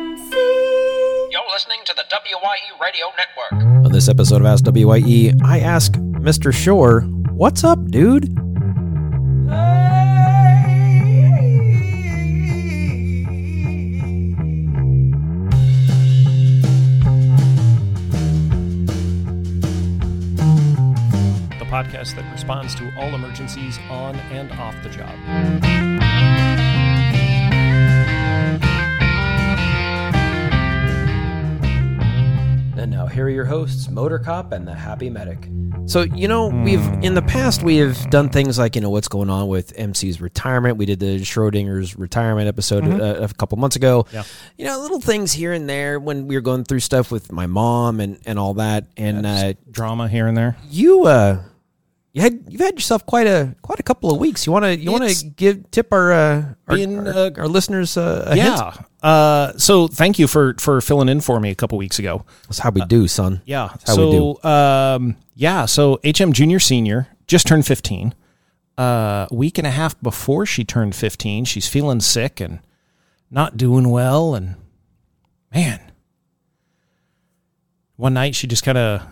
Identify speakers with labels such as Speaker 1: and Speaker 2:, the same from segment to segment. Speaker 1: HMMC.
Speaker 2: You're listening to the WYE Radio Network.
Speaker 3: On this episode of Ask WYE, I ask Mr. Shore, What's up, dude?
Speaker 4: the podcast that responds to all emergencies on and off the job.
Speaker 3: And now here are your hosts, Motor Cop and the Happy Medic. So, you know, we've in the past we have done things like, you know, what's going on with MC's retirement. We did the Schrodinger's retirement episode uh, a couple months ago.
Speaker 4: Mm-hmm. Yeah.
Speaker 3: You know, little things here and there when we were going through stuff with my mom and and all that. And uh,
Speaker 4: Drama here and there.
Speaker 3: you uh you had you've had yourself quite a quite a couple of weeks. You want to you want
Speaker 4: It's-
Speaker 3: to give tip our uh, our,
Speaker 4: Being,
Speaker 3: our,
Speaker 4: uh,
Speaker 3: our listeners uh, a hint?
Speaker 4: Yeah. Uh, so thank you for for filling in for me a couple weeks ago.
Speaker 3: That's how we do, son.
Speaker 4: Yeah.
Speaker 3: That's how
Speaker 4: so
Speaker 3: we do.
Speaker 4: um yeah, so HM junior senior just turned 15. Uh, a week and a half before she turned 15, she's feeling sick and not doing well and man. One night she just kind of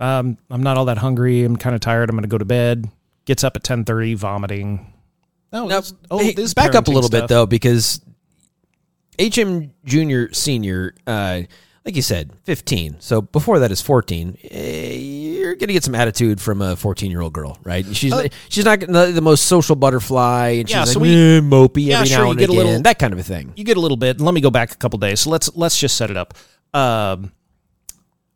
Speaker 4: um, I'm not all that hungry. I'm kind of tired. I'm going to go to bed. Gets up at 10:30 vomiting. Oh,
Speaker 3: Now,
Speaker 4: this- oh,
Speaker 3: hey,
Speaker 4: this
Speaker 3: back up a
Speaker 4: parenting
Speaker 3: little bit
Speaker 4: stuff.
Speaker 3: though, because HM Junior Senior, uh, like you said, fifteen. So before that is fourteen. Eh, You're gonna get some attitude from a fourteen year old girl, right? She's
Speaker 4: Uh,
Speaker 3: she's not the, the most social butterfly, and she's
Speaker 4: Yeah,
Speaker 3: like
Speaker 4: so we-
Speaker 3: "Eh, mopey
Speaker 4: Yeah,
Speaker 3: every
Speaker 4: sure,
Speaker 3: now
Speaker 4: you
Speaker 3: and
Speaker 4: get a
Speaker 3: again,
Speaker 4: little-
Speaker 3: that kind of a thing.
Speaker 4: you get a little bit. Let me go back a couple days. So let's let's just set it up. Um,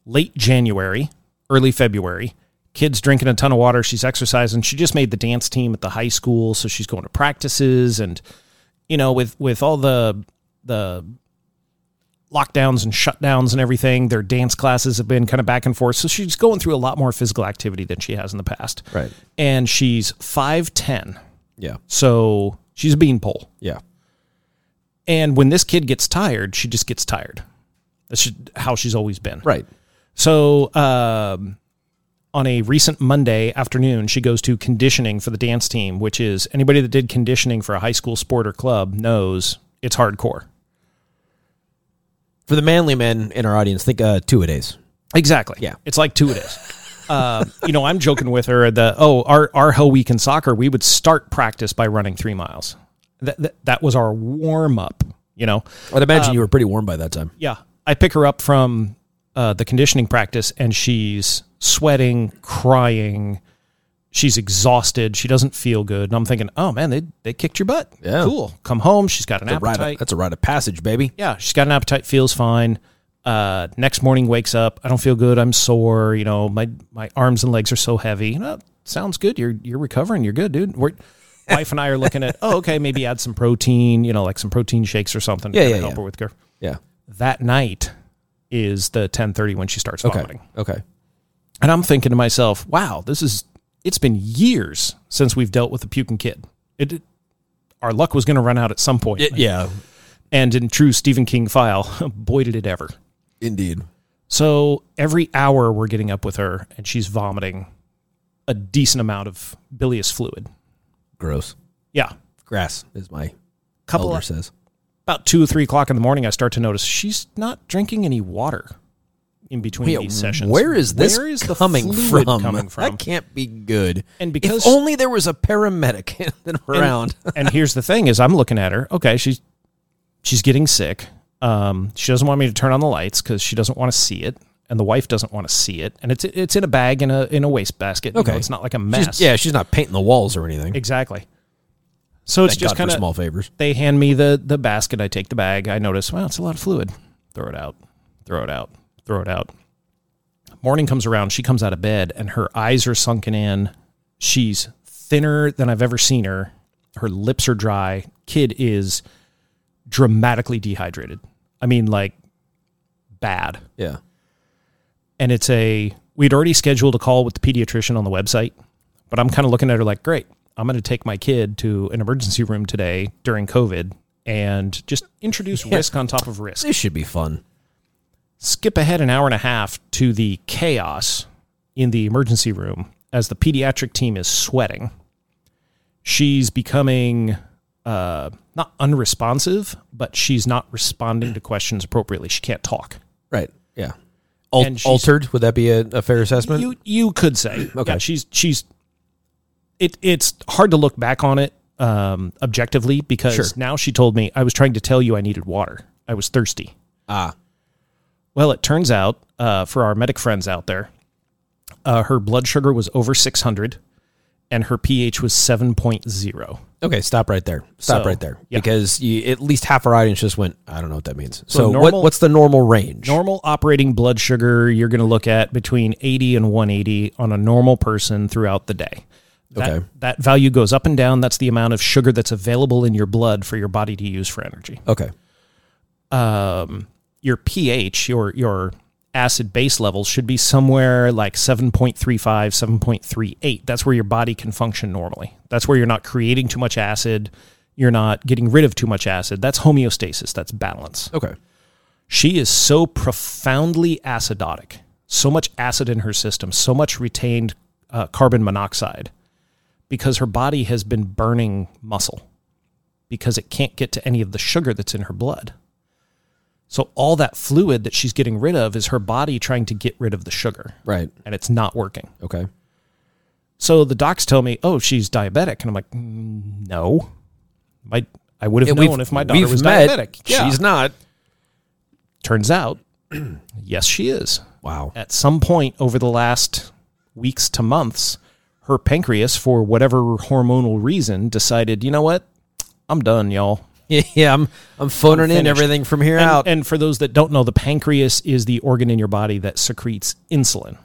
Speaker 4: late January, early February. Kids drinking a ton of water. She's exercising. She just made the dance team at the high school, so she's going to practices and you know with with all the the lockdowns and shutdowns and everything. Their dance classes have been kind of back and forth, so she's going through a lot more physical activity than she has in the past.
Speaker 3: Right.
Speaker 4: And she's five ten,
Speaker 3: Yeah,
Speaker 4: so she's a beanpole.
Speaker 3: yeah.
Speaker 4: And when this kid gets tired, she just gets tired. That's just how she's always been.
Speaker 3: Right.
Speaker 4: So, um, on a recent Monday afternoon, she goes to conditioning for the dance team, which is anybody that did conditioning for a high school sport or club knows it's hardcore.
Speaker 3: For the manly men in our audience, think uh, two a days.
Speaker 4: Exactly.
Speaker 3: Yeah.
Speaker 4: It's like two it is. uh, you know, I'm joking with her that, oh, our, our whole week in soccer, we would start practice by running three miles. That, that, that was our warm up, you know?
Speaker 3: I'd imagine
Speaker 4: Um,
Speaker 3: you were pretty warm by that time.
Speaker 4: Yeah. I pick her up from uh, the conditioning practice and she's sweating, crying. She's exhausted. She doesn't feel good. And I'm thinking, oh man, they, they kicked your butt.
Speaker 3: Yeah.
Speaker 4: Cool. Come home. She's got an appetite.
Speaker 3: Right, that's a rite of passage, baby.
Speaker 4: yeah. She's got an appetite, feels fine. Uh, next morning wakes up. I don't feel good. I'm sore. You know, my, my arms and legs are so heavy. You know, sounds good. You're, you're recovering. You're good, dude. We're, wife and I are looking at, oh, okay, maybe add some protein, you know, like some protein shakes or something. to
Speaker 3: Yeah,
Speaker 4: kinda
Speaker 3: yeah,
Speaker 4: Help
Speaker 3: yeah.
Speaker 4: her with her
Speaker 3: Yeah.
Speaker 4: that night is the 10:30 when she starts
Speaker 3: Okay.
Speaker 4: vomiting.
Speaker 3: Okay.
Speaker 4: And I'm thinking to myself, wow, this is it's been years since we've dealt with a puking kid. It, it- our luck was going to run out at some point.
Speaker 3: yeah.
Speaker 4: And in true Stephen King file, boy did it ever.
Speaker 3: Indeed.
Speaker 4: So every hour we're getting up with her and she's vomiting a decent amount of bilious fluid.
Speaker 3: Gross.
Speaker 4: Yeah.
Speaker 3: Grass is my
Speaker 4: Couple
Speaker 3: elder
Speaker 4: of-
Speaker 3: says.
Speaker 4: about two or three o'clock in the morning, I start to notice she's not drinking any water in between
Speaker 3: Yeah,
Speaker 4: these sessions.
Speaker 3: Where is this
Speaker 4: Where is the
Speaker 3: coming,
Speaker 4: fluid
Speaker 3: from?
Speaker 4: coming from?
Speaker 3: That can't be good.
Speaker 4: And because-
Speaker 3: if only there was a paramedic in- around.
Speaker 4: and here's the thing: is I'm looking at her. Okay, she's she's getting sick. Um, she doesn't want me to turn on the lights because she doesn't want to see it, and the wife doesn't want to see it. And it's it's in a bag in a in a wastebasket. Okay,
Speaker 3: Okay.
Speaker 4: it's not like a
Speaker 3: She's-
Speaker 4: mess.
Speaker 3: yeah, she's not painting the walls or anything.
Speaker 4: exactly. So it's
Speaker 3: Thank
Speaker 4: just
Speaker 3: God
Speaker 4: kind
Speaker 3: for small
Speaker 4: of
Speaker 3: favors.
Speaker 4: they hand me the the basket. I take the bag. I notice, wow, it's a lot of fluid. Throw it out. Throw it out. Throw it out. Morning comes around. She comes out of bed, and her eyes are sunken in. She's thinner than I've ever seen her. Her lips are dry. Kid is dramatically dehydrated. I mean, like bad.
Speaker 3: Yeah.
Speaker 4: And it's a we'd already scheduled a call with the pediatrician on the website, but I'm kind of looking at her like, great, I'm going to take my kid to an emergency room today during COVID and just introduce risk on top of risk.
Speaker 3: This should be fun.
Speaker 4: Skip ahead an hour and a half to the chaos in the emergency room as the pediatric team is sweating. She's becoming uh, not unresponsive, but she's not responding to questions appropriately. She can't talk.
Speaker 3: Right. Yeah. Al-
Speaker 4: And she's-
Speaker 3: altered. Would that be a, a fair assessment?
Speaker 4: You you could say
Speaker 3: Okay.
Speaker 4: Yeah, she's she's it it's hard to look back on it um, objectively because
Speaker 3: Sure.
Speaker 4: now she told me I was trying to tell you I needed water. I was thirsty.
Speaker 3: ah.
Speaker 4: Well, it turns out uh, for our medic friends out there, uh, her blood sugar was over 600 and her pH was 7.0.
Speaker 3: Okay. Stop right there. Stop
Speaker 4: So,
Speaker 3: right there.
Speaker 4: yeah.
Speaker 3: Because you, at least half our audience just went. I don't know what that means. So,
Speaker 4: normal-
Speaker 3: what, what's the normal range?
Speaker 4: Normal operating blood sugar, you're going to look at between 80 and 180 on a normal person throughout the day. That,
Speaker 3: Okay.
Speaker 4: that value goes up and down. That's the amount of sugar that's available in your blood for your body to use for energy.
Speaker 3: okay.
Speaker 4: um, your pH, your your acid base levels should be somewhere like 7.35, 7.38. That's where your body can function normally. That's where you're not creating too much acid, you're not getting rid of too much acid. That's homeostasis, that's balance.
Speaker 3: Okay.
Speaker 4: She is so profoundly acidotic, so much acid in her system, so much retained uh, carbon monoxide because her body has been burning muscle because it can't get to any of the sugar that's in her blood. So, all that fluid that she's getting rid of is her body trying to get rid of the sugar,
Speaker 3: Right.
Speaker 4: and it's not working.
Speaker 3: Okay.
Speaker 4: So, the docs tell me, oh, she's diabetic. And I'm like, "Mm, no. My, I would have
Speaker 3: And we've-
Speaker 4: known if my daughter
Speaker 3: we've
Speaker 4: was
Speaker 3: met.
Speaker 4: diabetic. Yeah.
Speaker 3: She's not.
Speaker 4: Turns out, yes, she is.
Speaker 3: Wow.
Speaker 4: At some point over the last weeks to months, her pancreas, for whatever hormonal reason, decided, you know what? I'm done, y'all.
Speaker 3: Yeah. I'm. I'm phoning in
Speaker 4: finished.
Speaker 3: everything from here out.
Speaker 4: And, and for those that don't know, the pancreas is the organ in your body that secretes insulin.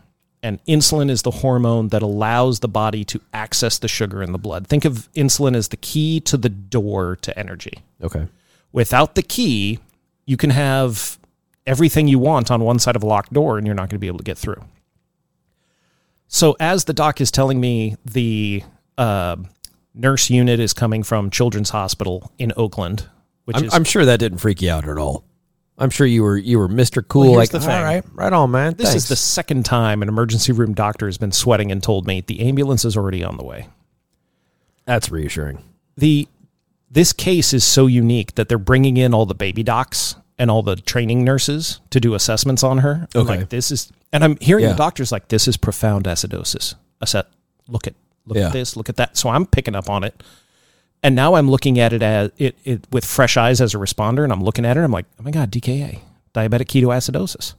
Speaker 4: And insulin is the hormone that allows the body to access the sugar in the blood. Think of insulin as the key to the door to energy
Speaker 3: okay.
Speaker 4: without the key, you can have everything you want on one side of a locked door and you're not going to be able to get through. So, as the doc is telling me, the uh, nurse unit is coming from Children's Hospital in Oakland, which
Speaker 3: I'm,
Speaker 4: is
Speaker 3: I'm sure that didn't freak you out at all. I'm sure you were you were Mr. Cool.
Speaker 4: Well, here's
Speaker 3: like,
Speaker 4: the
Speaker 3: all
Speaker 4: thing.
Speaker 3: right, right on, man.
Speaker 4: this
Speaker 3: Thanks.
Speaker 4: is the second time an emergency room doctor has been sweating and told me the ambulance is already on the way.
Speaker 3: That's reassuring.
Speaker 4: the this case is so unique that they're bringing in all the baby docs and all the training nurses to do assessments on her. I'm
Speaker 3: Okay.
Speaker 4: like this is, and I'm hearing
Speaker 3: Yeah.
Speaker 4: the doctors like this is profound acidosis. Acet, look at look
Speaker 3: Yeah.
Speaker 4: at this, look at that. So I'm picking up on it, and now I'm looking at it as it, it with fresh eyes as a responder, and I'm looking at it. I'm like, oh my god, DKA, diabetic ketoacidosis.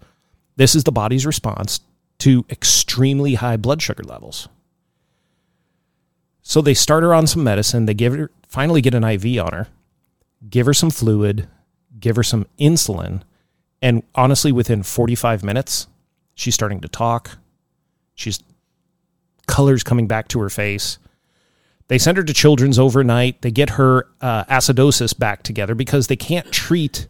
Speaker 4: This is the body's response to extremely high blood sugar levels. So they start her on some medicine. They give her finally get an IV on her, give her some fluid, give her some insulin, and honestly, within 45 minutes, she's starting to talk. She's colors coming back to her face. They send her to children's overnight. They get her uh, acidosis back together because they can't treat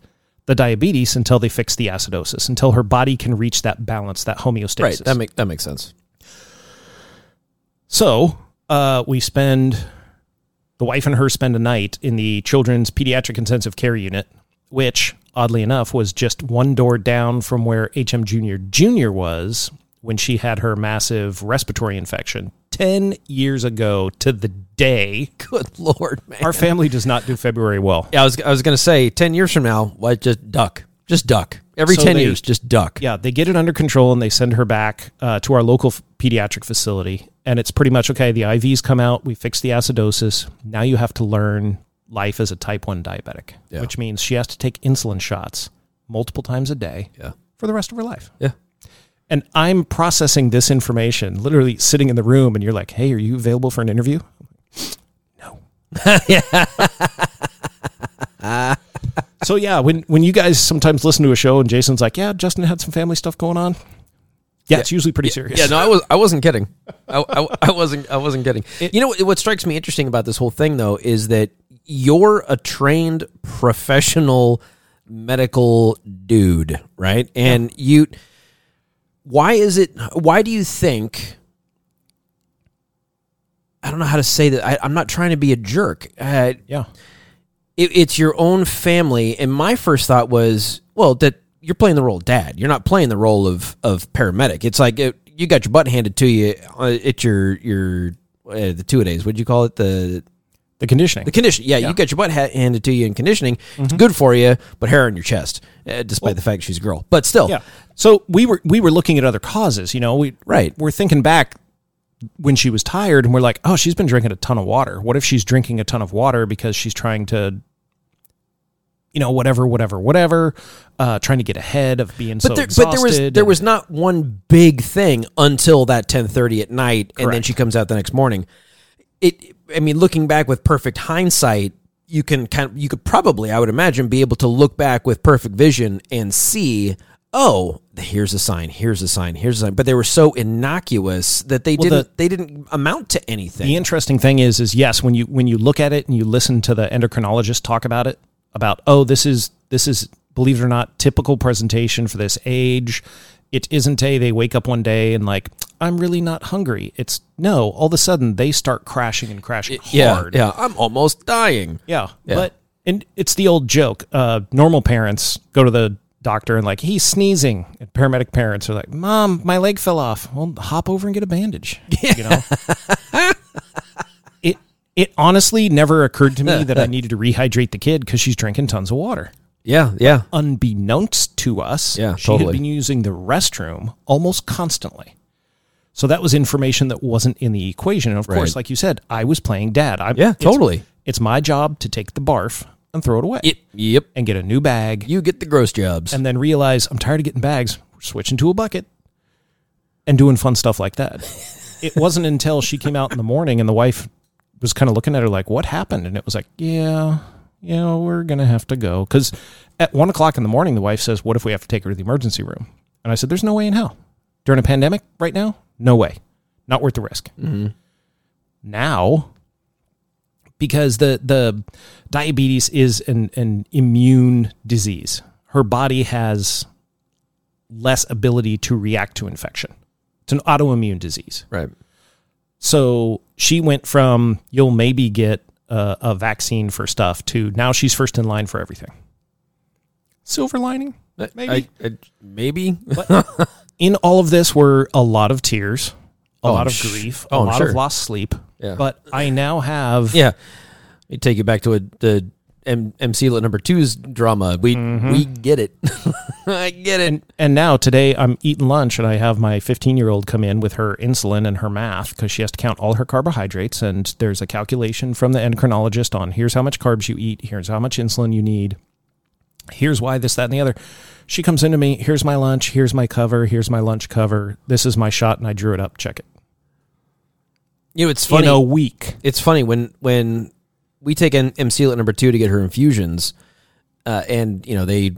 Speaker 4: the diabetes until they fix the acidosis, until her body can reach that balance, that homeostasis.
Speaker 3: Right. That make that makes sense.
Speaker 4: So uh, we spend the wife and her spend a night in the children's pediatric intensive care unit, which oddly enough was just one door down from where HM Junior Junior was when she had her massive respiratory infection ten years ago to the day.
Speaker 3: Good lord, man.
Speaker 4: Our family does not do February well.
Speaker 3: yeah, I was I was gonna say ten years from now, why just duck, just duck. Every
Speaker 4: So
Speaker 3: ten
Speaker 4: they-
Speaker 3: years, just duck.
Speaker 4: Yeah, they get it under control and they send her back uh, to our local f- pediatric facility. And it's pretty much okay. The IVs come out, we fix the acidosis. Now you have to learn life as a type 1 diabetic,
Speaker 3: Yeah.
Speaker 4: which means she has to take insulin shots multiple times a day
Speaker 3: Yeah.
Speaker 4: for the rest of her life.
Speaker 3: Yeah.
Speaker 4: And I'm processing this information, literally sitting in the room, and you're like, hey, are you available for an interview? No. so yeah, when when you guys sometimes listen to a show and Jason's like, yeah, Justin had some family stuff going on. Yeah, it's usually pretty serious.
Speaker 3: Yeah, no, I was I wasn't kidding. I, I, I wasn't I wasn't kidding. you know what, what strikes me interesting about this whole thing though is that you're a trained professional medical dude, right? And you why is it why do you think I don't know how to say that. I, I'm not trying to be a jerk. Uh,
Speaker 4: yeah.
Speaker 3: it, it's your own family. And my first thought was, well, that you're playing the role of dad. You're not playing the role of of paramedic. It's like it, you got uh, your butt handed to you uh, at your your uh, the two a days. What'd you call it? The
Speaker 4: The conditioning.
Speaker 3: The condition, yeah, you get your butt ha- handed to you in conditioning. It's good for you, but hair on your chest, uh, despite the fact she's a girl. But still,
Speaker 4: yeah. So we were we were looking at other causes. You know, we
Speaker 3: Right.
Speaker 4: We're thinking back when she was tired, and we're like, oh, she's been drinking a ton of water. What if she's drinking a ton of water because she's trying to, you know, whatever, whatever, whatever, uh, trying to get ahead of being so
Speaker 3: but there,
Speaker 4: exhausted.
Speaker 3: but there was there
Speaker 4: and-
Speaker 3: was not one big thing until that ten thirty at night, and then
Speaker 4: Correct.
Speaker 3: she comes out the next morning. It, I mean, looking back with perfect hindsight, you can kind of, you could probably, I would imagine, be able to look back with perfect vision and see, oh, here's a sign, here's a sign, here's a sign. But they were so innocuous that they
Speaker 4: Well, the-
Speaker 3: didn't they didn't amount to anything.
Speaker 4: The interesting thing is, is yes, when you when you look at it and you listen to the endocrinologist talk about it, about oh, this is this is believe it or not, typical presentation for this age. It isn't a they wake up one day and like I'm really not hungry. It's no, all of a sudden they start crashing and crashing hard.
Speaker 3: Yeah, yeah, I'm almost dying.
Speaker 4: Yeah.
Speaker 3: Yeah.
Speaker 4: But and it's the old joke. Uh, normal parents go to the doctor and like he's sneezing. And paramedic parents are like, "Mom, my leg fell off." Well, hop over and get a bandage. You know. it it honestly never occurred to me that I needed to rehydrate the kid because she's drinking tons of water.
Speaker 3: Yeah, yeah.
Speaker 4: Unbeknownst to us,
Speaker 3: Yeah,
Speaker 4: she
Speaker 3: totally.
Speaker 4: had been using the restroom almost constantly. So that was information that wasn't in the equation. And of course,
Speaker 3: Right.
Speaker 4: like you said, I was playing dad. I,
Speaker 3: Yeah,
Speaker 4: it's-
Speaker 3: totally.
Speaker 4: It's my job to take the barf and throw it away
Speaker 3: Yep, yep.
Speaker 4: and get a new bag
Speaker 3: You get the gross jobs.
Speaker 4: and then realize I'm tired of getting bags. We're switching to a bucket and doing fun stuff like that. it wasn't until she came out in the morning and the wife was kind of looking at her like, what happened? And it was like, yeah, yeah, we're going to have to go. Because at one o'clock in the morning, the wife says, what if we have to take her to the emergency room? And I said, there's no way in hell. During a pandemic right now, no way. Not worth the risk. Now, because the the diabetes is an, an immune disease. Her body has less ability to react to infection. It's an autoimmune disease.
Speaker 3: right.
Speaker 4: So she went from you'll maybe get a, a vaccine for stuff to now she's first in line for everything. Silver lining, maybe.
Speaker 3: I- I- maybe.
Speaker 4: But in all of this were a lot of tears, a
Speaker 3: Oh,
Speaker 4: lot
Speaker 3: I'm
Speaker 4: of
Speaker 3: sh-
Speaker 4: grief,
Speaker 3: oh,
Speaker 4: a
Speaker 3: I'm
Speaker 4: lot
Speaker 3: sure.
Speaker 4: of lost sleep.
Speaker 3: Yeah.
Speaker 4: But I now have
Speaker 3: yeah. We take you back to a, the M- MC Lit number two's drama. We we get it. I get it.
Speaker 4: and now today I'm eating lunch and I have my 15 year old come in with her insulin and her math because she has to count all her carbohydrates. And there's a calculation from the endocrinologist on here's how much carbs you eat, here's how much insulin you need, here's why this, that, and the other. She comes into me, here's my lunch, here's my cover, here's my lunch cover, this is my shot, and I drew it up, check it.
Speaker 3: You know, it's funny.
Speaker 4: In a week.
Speaker 3: it's funny when when we take an MC Lit number two to get her infusions, uh, and you know they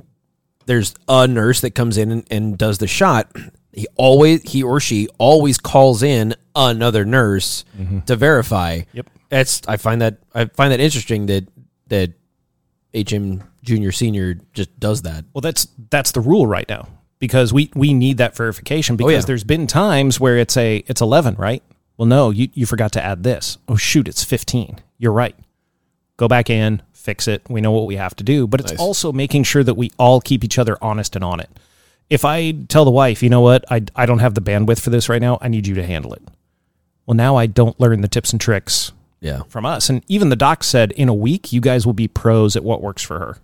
Speaker 3: there's a nurse that comes in and, and does the shot. He always he or she always calls in another nurse to verify.
Speaker 4: Yep.
Speaker 3: That's I find that I find that interesting that that HM Junior Senior just does that.
Speaker 4: Well, that's that's the rule right now because we we need that verification because
Speaker 3: yeah.
Speaker 4: there's been times where it's a it's 11, right? Well, no, you you forgot to add this. Oh shoot, it's 15. You're right. Go back in, fix it. We know what we have to do, but it's also making sure that we all keep each other honest and on it. If I tell the wife, you know what, I I don't have the bandwidth for this right now. I need you to handle it. Well, now I don't learn the tips and tricks
Speaker 3: Yeah.
Speaker 4: from us. And even the doc said, in a week, you guys will be pros at what works for her.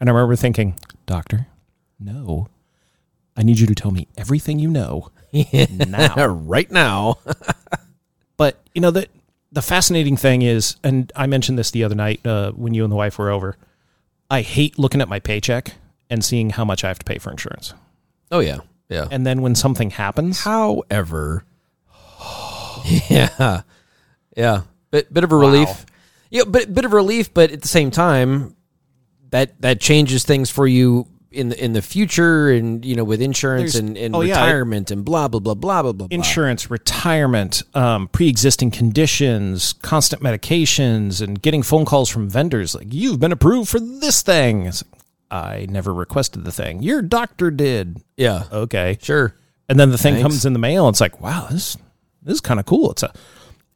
Speaker 4: And I remember thinking, Doctor, no. I need you to tell me everything you know now.
Speaker 3: right now.
Speaker 4: But, you know, the, the fascinating thing is, and I mentioned this the other night uh, when you and the wife were over, I hate looking at my paycheck and seeing how much I have to pay for insurance.
Speaker 3: oh yeah. Yeah.
Speaker 4: And then when something happens,
Speaker 3: However, yeah, yeah, bit bit of a relief. Yeah, bit bit of relief, but at the same time, that that changes things for you in the in the future, and you know, with insurance
Speaker 4: There's-
Speaker 3: and, and
Speaker 4: oh, yeah, I-
Speaker 3: retirement and blah blah blah blah blah blah. blah.
Speaker 4: insurance, retirement, um, pre-existing conditions, constant medications, and getting phone calls from vendors like "You've been approved for this thing." It's like, I never requested the thing. Your doctor did.
Speaker 3: yeah,
Speaker 4: Okay,
Speaker 3: sure.
Speaker 4: and then the thing
Speaker 3: Thanks.
Speaker 4: comes in the mail. And it's like, wow, this this is kind of cool. It's a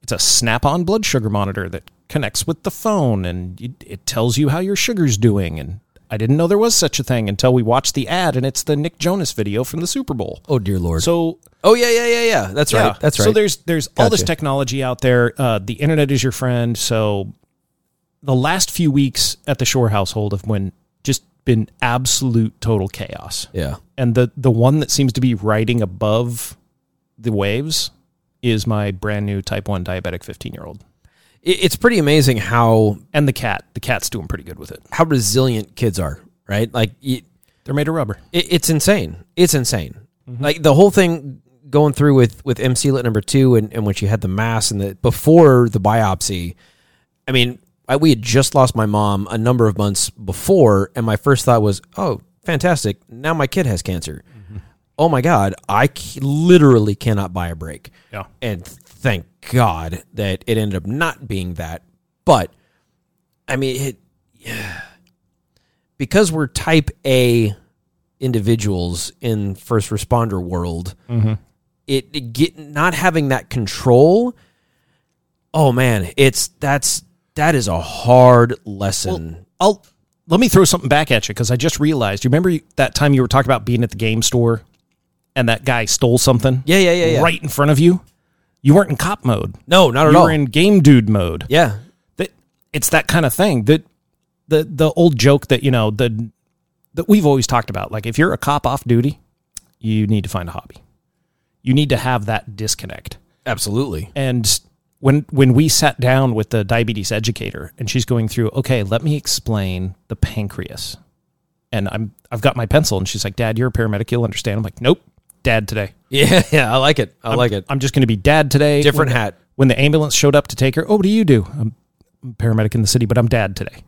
Speaker 4: it's a snap-on blood sugar monitor that connects with the phone, and it, it tells you how your sugar's doing. And I didn't know there was such a thing until we watched the ad, and it's the Nick Jonas video from the Super Bowl.
Speaker 3: Oh dear lord.
Speaker 4: So
Speaker 3: oh yeah yeah yeah yeah. That's right. That's right.
Speaker 4: so there's there's all this
Speaker 3: Gotcha.
Speaker 4: technology out there. Uh, the internet is your friend. So the last few weeks at the Shore household have been just been absolute total chaos.
Speaker 3: Yeah.
Speaker 4: And the the one that seems to be riding above the waves is my brand new type 1 diabetic 15-year-old.
Speaker 3: It, it's pretty amazing how
Speaker 4: And the cat, the cat's doing pretty good with it.
Speaker 3: how resilient kids are, right? Like it,
Speaker 4: They're made of rubber.
Speaker 3: it, it's insane. It's insane. Like the whole thing going through with with MC lit number two, and, and when she had the mass and the before the biopsy. I mean, I, we had just lost my mom a number of months before, and my first thought was, "Oh, fantastic! Now my kid has cancer. Oh my god, I c- literally cannot buy a break."
Speaker 4: Yeah.
Speaker 3: and thank God that it ended up not being that. But I mean, it, because we're type A individuals in first responder world, it, it get not having that control. Oh man, it's that's that is a hard lesson.
Speaker 4: I'll let me throw something back at you because I just realized. You remember you- that time you were talking about being at the game store and that guy stole something?
Speaker 3: yeah, yeah, yeah, yeah.
Speaker 4: Right in front of you. You weren't in cop mode.
Speaker 3: No, not at
Speaker 4: you
Speaker 3: all.
Speaker 4: were in game dude mode.
Speaker 3: yeah,
Speaker 4: That it's that kind of thing. That the the old joke that you know the that we've always talked about. Like if you're a cop off duty, you need to find a hobby. You need to have that disconnect.
Speaker 3: absolutely.
Speaker 4: And when when we sat down with the diabetes educator and she's going through, okay, let me explain the pancreas. And I'm I've got my pencil and she's like, Dad, you're a paramedic, you'll understand. I'm like, Nope, dad today.
Speaker 3: Yeah, yeah, I like it. I like it.
Speaker 4: I'm just gonna be dad today.
Speaker 3: Different
Speaker 4: When-
Speaker 3: hat.
Speaker 4: When the ambulance showed up to take her, oh, what do you do? I'm a paramedic in the city, but I'm dad today.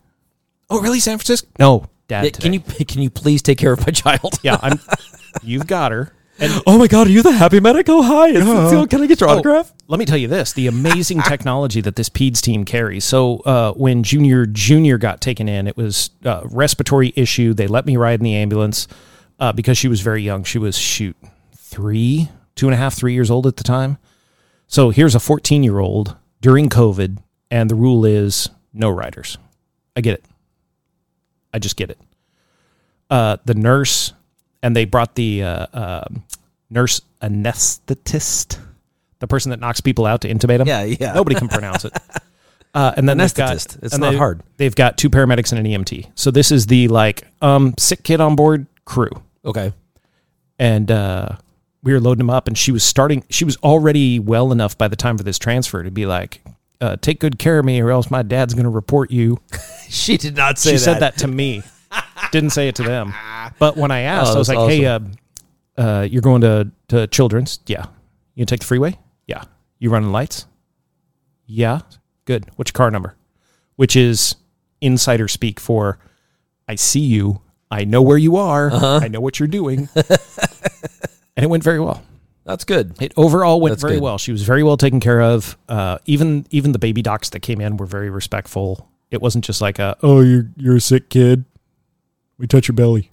Speaker 4: Oh, really, San Francisco? No, dad
Speaker 3: Yeah,
Speaker 4: today.
Speaker 3: can you can you please take care of my child?
Speaker 4: Yeah, I'm you've got her. And
Speaker 3: Oh my God, are you the happy medic? Oh hi, it's, it's- can I get your
Speaker 4: Oh,
Speaker 3: autograph?
Speaker 4: let me tell you this: the amazing technology that this PEDS team carries. So uh, when Junior Junior got taken in, it was uh, respiratory issue. They let me ride in the ambulance uh, because she was very young. She was shoot three, two and a half, three years old at the time. So here's a 14 year old during COVID, and the rule is no riders. I get it. I just get it. Uh, the nurse, and they brought the uh, uh, nurse anesthetist, the person that knocks people out to intubate them.
Speaker 3: Yeah, yeah.
Speaker 4: Nobody can pronounce it. Uh, and then they've got-
Speaker 3: Anesthetist. It's
Speaker 4: and
Speaker 3: not
Speaker 4: they-
Speaker 3: hard.
Speaker 4: They've got two paramedics and an EMT. So this is the like um, sick kid on board crew
Speaker 3: Okay.
Speaker 4: and uh, we were loading him up and she was starting she was already well enough by the time for this transfer to be like uh, take good care of me or else my dad's going to report you
Speaker 3: She did not
Speaker 4: she said that to me didn't say it to them but when i asked
Speaker 3: Oh,
Speaker 4: i was like
Speaker 3: that's
Speaker 4: hey uh, uh, you're going to, to children's yeah you gonna take the freeway yeah you running lights yeah good what's your car number which is insider speak for i see you i know where you are
Speaker 3: Uh-huh.
Speaker 4: i know what you're doing and it went very well
Speaker 3: That's good.
Speaker 4: it overall went
Speaker 3: That's
Speaker 4: very
Speaker 3: good.
Speaker 4: well. She was very well taken care of. Uh, even even the baby docs that came in were very respectful. It wasn't just like a oh you're you're a sick kid. We touch your belly.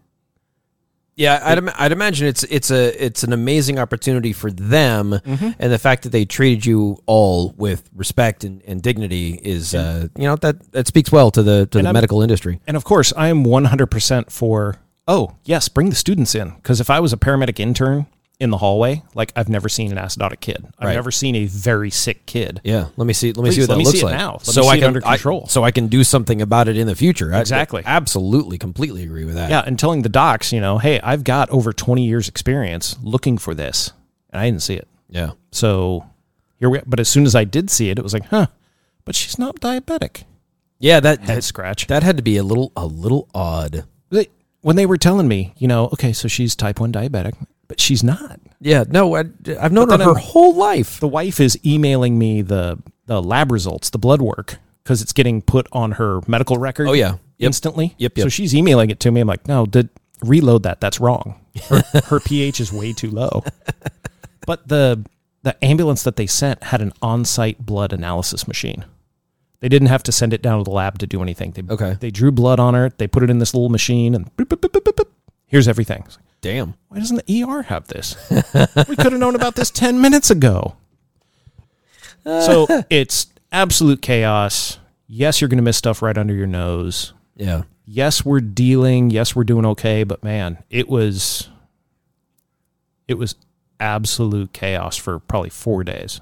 Speaker 3: Yeah, I'd, ima- I'd imagine it's it's a it's an amazing opportunity for them,
Speaker 4: Mm-hmm.
Speaker 3: and the fact that they treated you all with respect and, and dignity is uh, you know that that speaks well to the to the
Speaker 4: I'm-
Speaker 3: medical industry.
Speaker 4: And of course, I am one hundred percent for oh yes, bring the students in because if I was a paramedic intern in the hallway, like I've never seen an acidotic kid. I've
Speaker 3: Right.
Speaker 4: never seen a very sick kid.
Speaker 3: Yeah, let me see. Let me
Speaker 4: Please,
Speaker 3: see what
Speaker 4: let
Speaker 3: that
Speaker 4: me see
Speaker 3: looks
Speaker 4: it
Speaker 3: like
Speaker 4: now. Let me
Speaker 3: so
Speaker 4: see
Speaker 3: I
Speaker 4: it
Speaker 3: can
Speaker 4: under
Speaker 3: I-
Speaker 4: control.
Speaker 3: so I can do something about it in the future. I-
Speaker 4: Exactly.
Speaker 3: absolutely, completely agree with that.
Speaker 4: Yeah, and telling the docs, you know, hey, I've got over twenty years experience looking for this, and I didn't see it.
Speaker 3: yeah.
Speaker 4: So here we. But as soon as I did see it, it was like, huh. But she's not diabetic.
Speaker 3: Yeah, that
Speaker 4: Head
Speaker 3: that,
Speaker 4: scratch.
Speaker 3: that had to be a little a little odd.
Speaker 4: They- when they were telling me, you know, okay, so she's type one diabetic, but she's not.
Speaker 3: Yeah, no, I, I've known her
Speaker 4: then
Speaker 3: her
Speaker 4: I'm-
Speaker 3: whole life.
Speaker 4: The wife is emailing me the the lab results, the blood work, because it's getting put on her medical record.
Speaker 3: Oh, yeah. Yep.
Speaker 4: instantly.
Speaker 3: Yep, yep.
Speaker 4: So she's emailing it to me. I'm like, no, did reload that? That's wrong. Her, her pH is way too low. But the the ambulance that they sent had an on site blood analysis machine. They didn't have to send it down to the lab to do anything. They,
Speaker 3: Okay.
Speaker 4: They drew blood on her. They put it in this little machine, and boop, boop, boop, boop, boop, boop. here's everything. It's like,
Speaker 3: Damn.
Speaker 4: Why doesn't the ER have this? we could have known about this ten minutes ago. So it's absolute chaos. Yes, you're going to miss stuff right under your nose
Speaker 3: Yeah.
Speaker 4: yes, we're dealing, yes, we're doing okay, but man, it was it was absolute chaos for probably 4 days.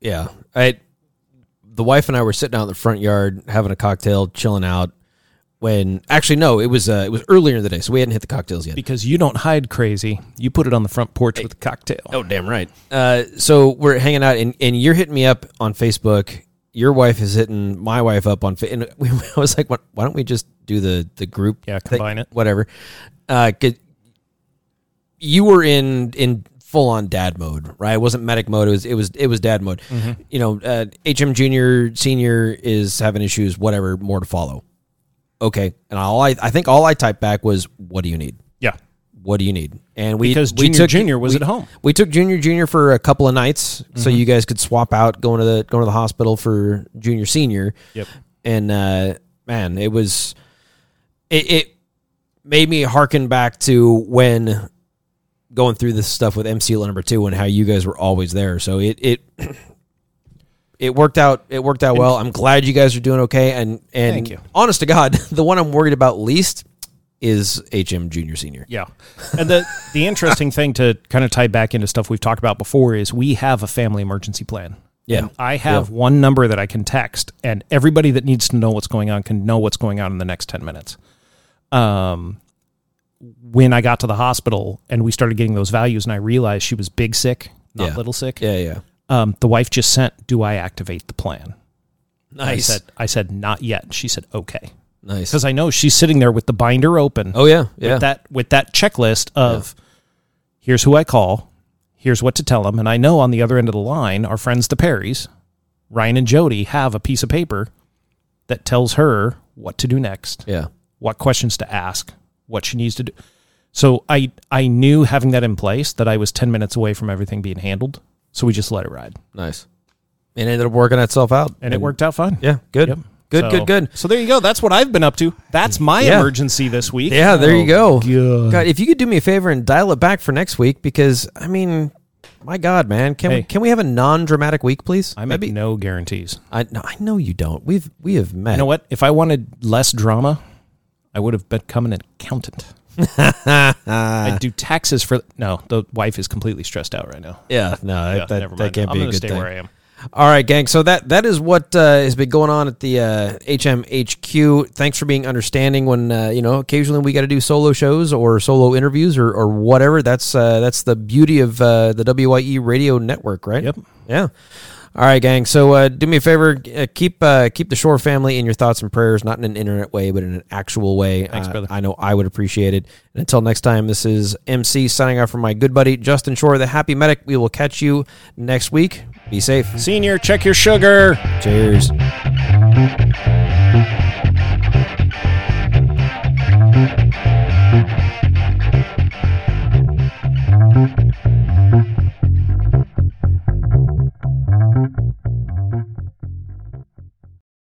Speaker 3: Yeah. I the wife and I were sitting out in the front yard having a cocktail, chilling out. When actually, no, it was uh, it was earlier in the day, so we hadn't hit the cocktails yet.
Speaker 4: because you don't hide crazy. You put it on the front porch with a cocktail.
Speaker 3: Oh, damn right. Uh, so we're hanging out, and, and you're hitting me up on Facebook. Your wife is hitting my wife up on Facebook. And we, I was like, why why don't we just do the, the group?
Speaker 4: Yeah,
Speaker 3: thing?"
Speaker 4: combine it.
Speaker 3: Whatever. Uh, 'cause you were in in full on dad mode, right? It wasn't medic mode. It was it was it was dad mode.
Speaker 4: Mm-hmm.
Speaker 3: You know, uh, HM Junior Senior is having issues. Whatever, more to follow. Okay, and all I I think all I typed back was, "What do you need?
Speaker 4: Yeah.
Speaker 3: What do you need?" And we
Speaker 4: Because
Speaker 3: we
Speaker 4: Junior
Speaker 3: took-
Speaker 4: Junior was
Speaker 3: we-
Speaker 4: at home.
Speaker 3: we took Junior Junior for a couple of nights, so
Speaker 4: Mm-hmm.
Speaker 3: you guys could swap out going to the going to the hospital for Junior Senior.
Speaker 4: Yep.
Speaker 3: And uh, man, it was it, it made me harken back to when going through this stuff with MC number two and how you guys were always there. So it it it worked out it worked out well. I'm glad you guys are doing okay. And and
Speaker 4: Thank you.
Speaker 3: honest to God, the one I'm worried about least is HM Junior Senior.
Speaker 4: Yeah. And the the interesting thing to kind of tie back into stuff we've talked about before is we have a family emergency plan.
Speaker 3: Yeah.
Speaker 4: And I have one number that I can text and everybody that needs to know what's going on can know what's going on in the next 10 minutes. Um when I got to the hospital and we started getting those values and I realized she was big sick, not
Speaker 3: Yeah.
Speaker 4: little sick.
Speaker 3: Yeah, yeah.
Speaker 4: Um, the wife just sent, "Do I activate the plan?"
Speaker 3: Nice.
Speaker 4: I said, "I said not yet." She said, "Okay,"
Speaker 3: nice.
Speaker 4: because I know she's sitting there with the binder open.
Speaker 3: Oh yeah. Yeah.
Speaker 4: with that with that checklist of here's who I call, here's what to tell them, and I know on the other end of the line, our friends the Perrys, Ryan and Jody have a piece of paper that tells her what to do next,
Speaker 3: yeah.
Speaker 4: what questions to ask, what she needs to do. So I I knew having that in place that I was 10 minutes away from everything being handled, so we just let it ride.
Speaker 3: Nice. It ended up working itself out.
Speaker 4: And it worked out fine.
Speaker 3: Yeah, good.
Speaker 4: Yep.
Speaker 3: Good,
Speaker 4: So-
Speaker 3: good, good.
Speaker 4: So there you go. That's what I've been up to. That's my
Speaker 3: Yeah.
Speaker 4: emergency this week.
Speaker 3: Yeah, there you
Speaker 4: Oh,
Speaker 3: go.
Speaker 4: God.
Speaker 3: God, if you could do me a favor and dial it back for next week, because I mean, my God, man, can
Speaker 4: Hey.
Speaker 3: we can we have a non-dramatic week, please?
Speaker 4: I make no guarantees.
Speaker 3: I no, I know you don't. We've we have met.
Speaker 4: You know what? If I wanted less drama, I would have become an accountant. I'd do taxes for no. The wife is completely stressed out right now.
Speaker 3: Yeah, no,
Speaker 4: Yeah,
Speaker 3: that,
Speaker 4: never
Speaker 3: that,
Speaker 4: mind.
Speaker 3: that can't
Speaker 4: I'm
Speaker 3: be
Speaker 4: gonna
Speaker 3: a good
Speaker 4: stay
Speaker 3: thing.
Speaker 4: where I am.
Speaker 3: All right, gang. So that that is what uh, has been going on at the uh, HMHQ. Thanks for being understanding when uh, you know occasionally we got to do solo shows or solo interviews or, or whatever. That's uh, that's the beauty of uh, the WYE radio network, right?
Speaker 4: Yep.
Speaker 3: Yeah. All right, gang. So uh, do me a favor, uh, keep uh, keep the Shore family in your thoughts and prayers, not in an internet way, but in an actual way. Thanks,
Speaker 4: brother.
Speaker 3: I know I would appreciate it. And until next time, this is MC signing off from my good buddy Justin Shore, the Happy Medic. We will catch you next week. Be safe.
Speaker 4: Senior, check your sugar.
Speaker 3: Cheers.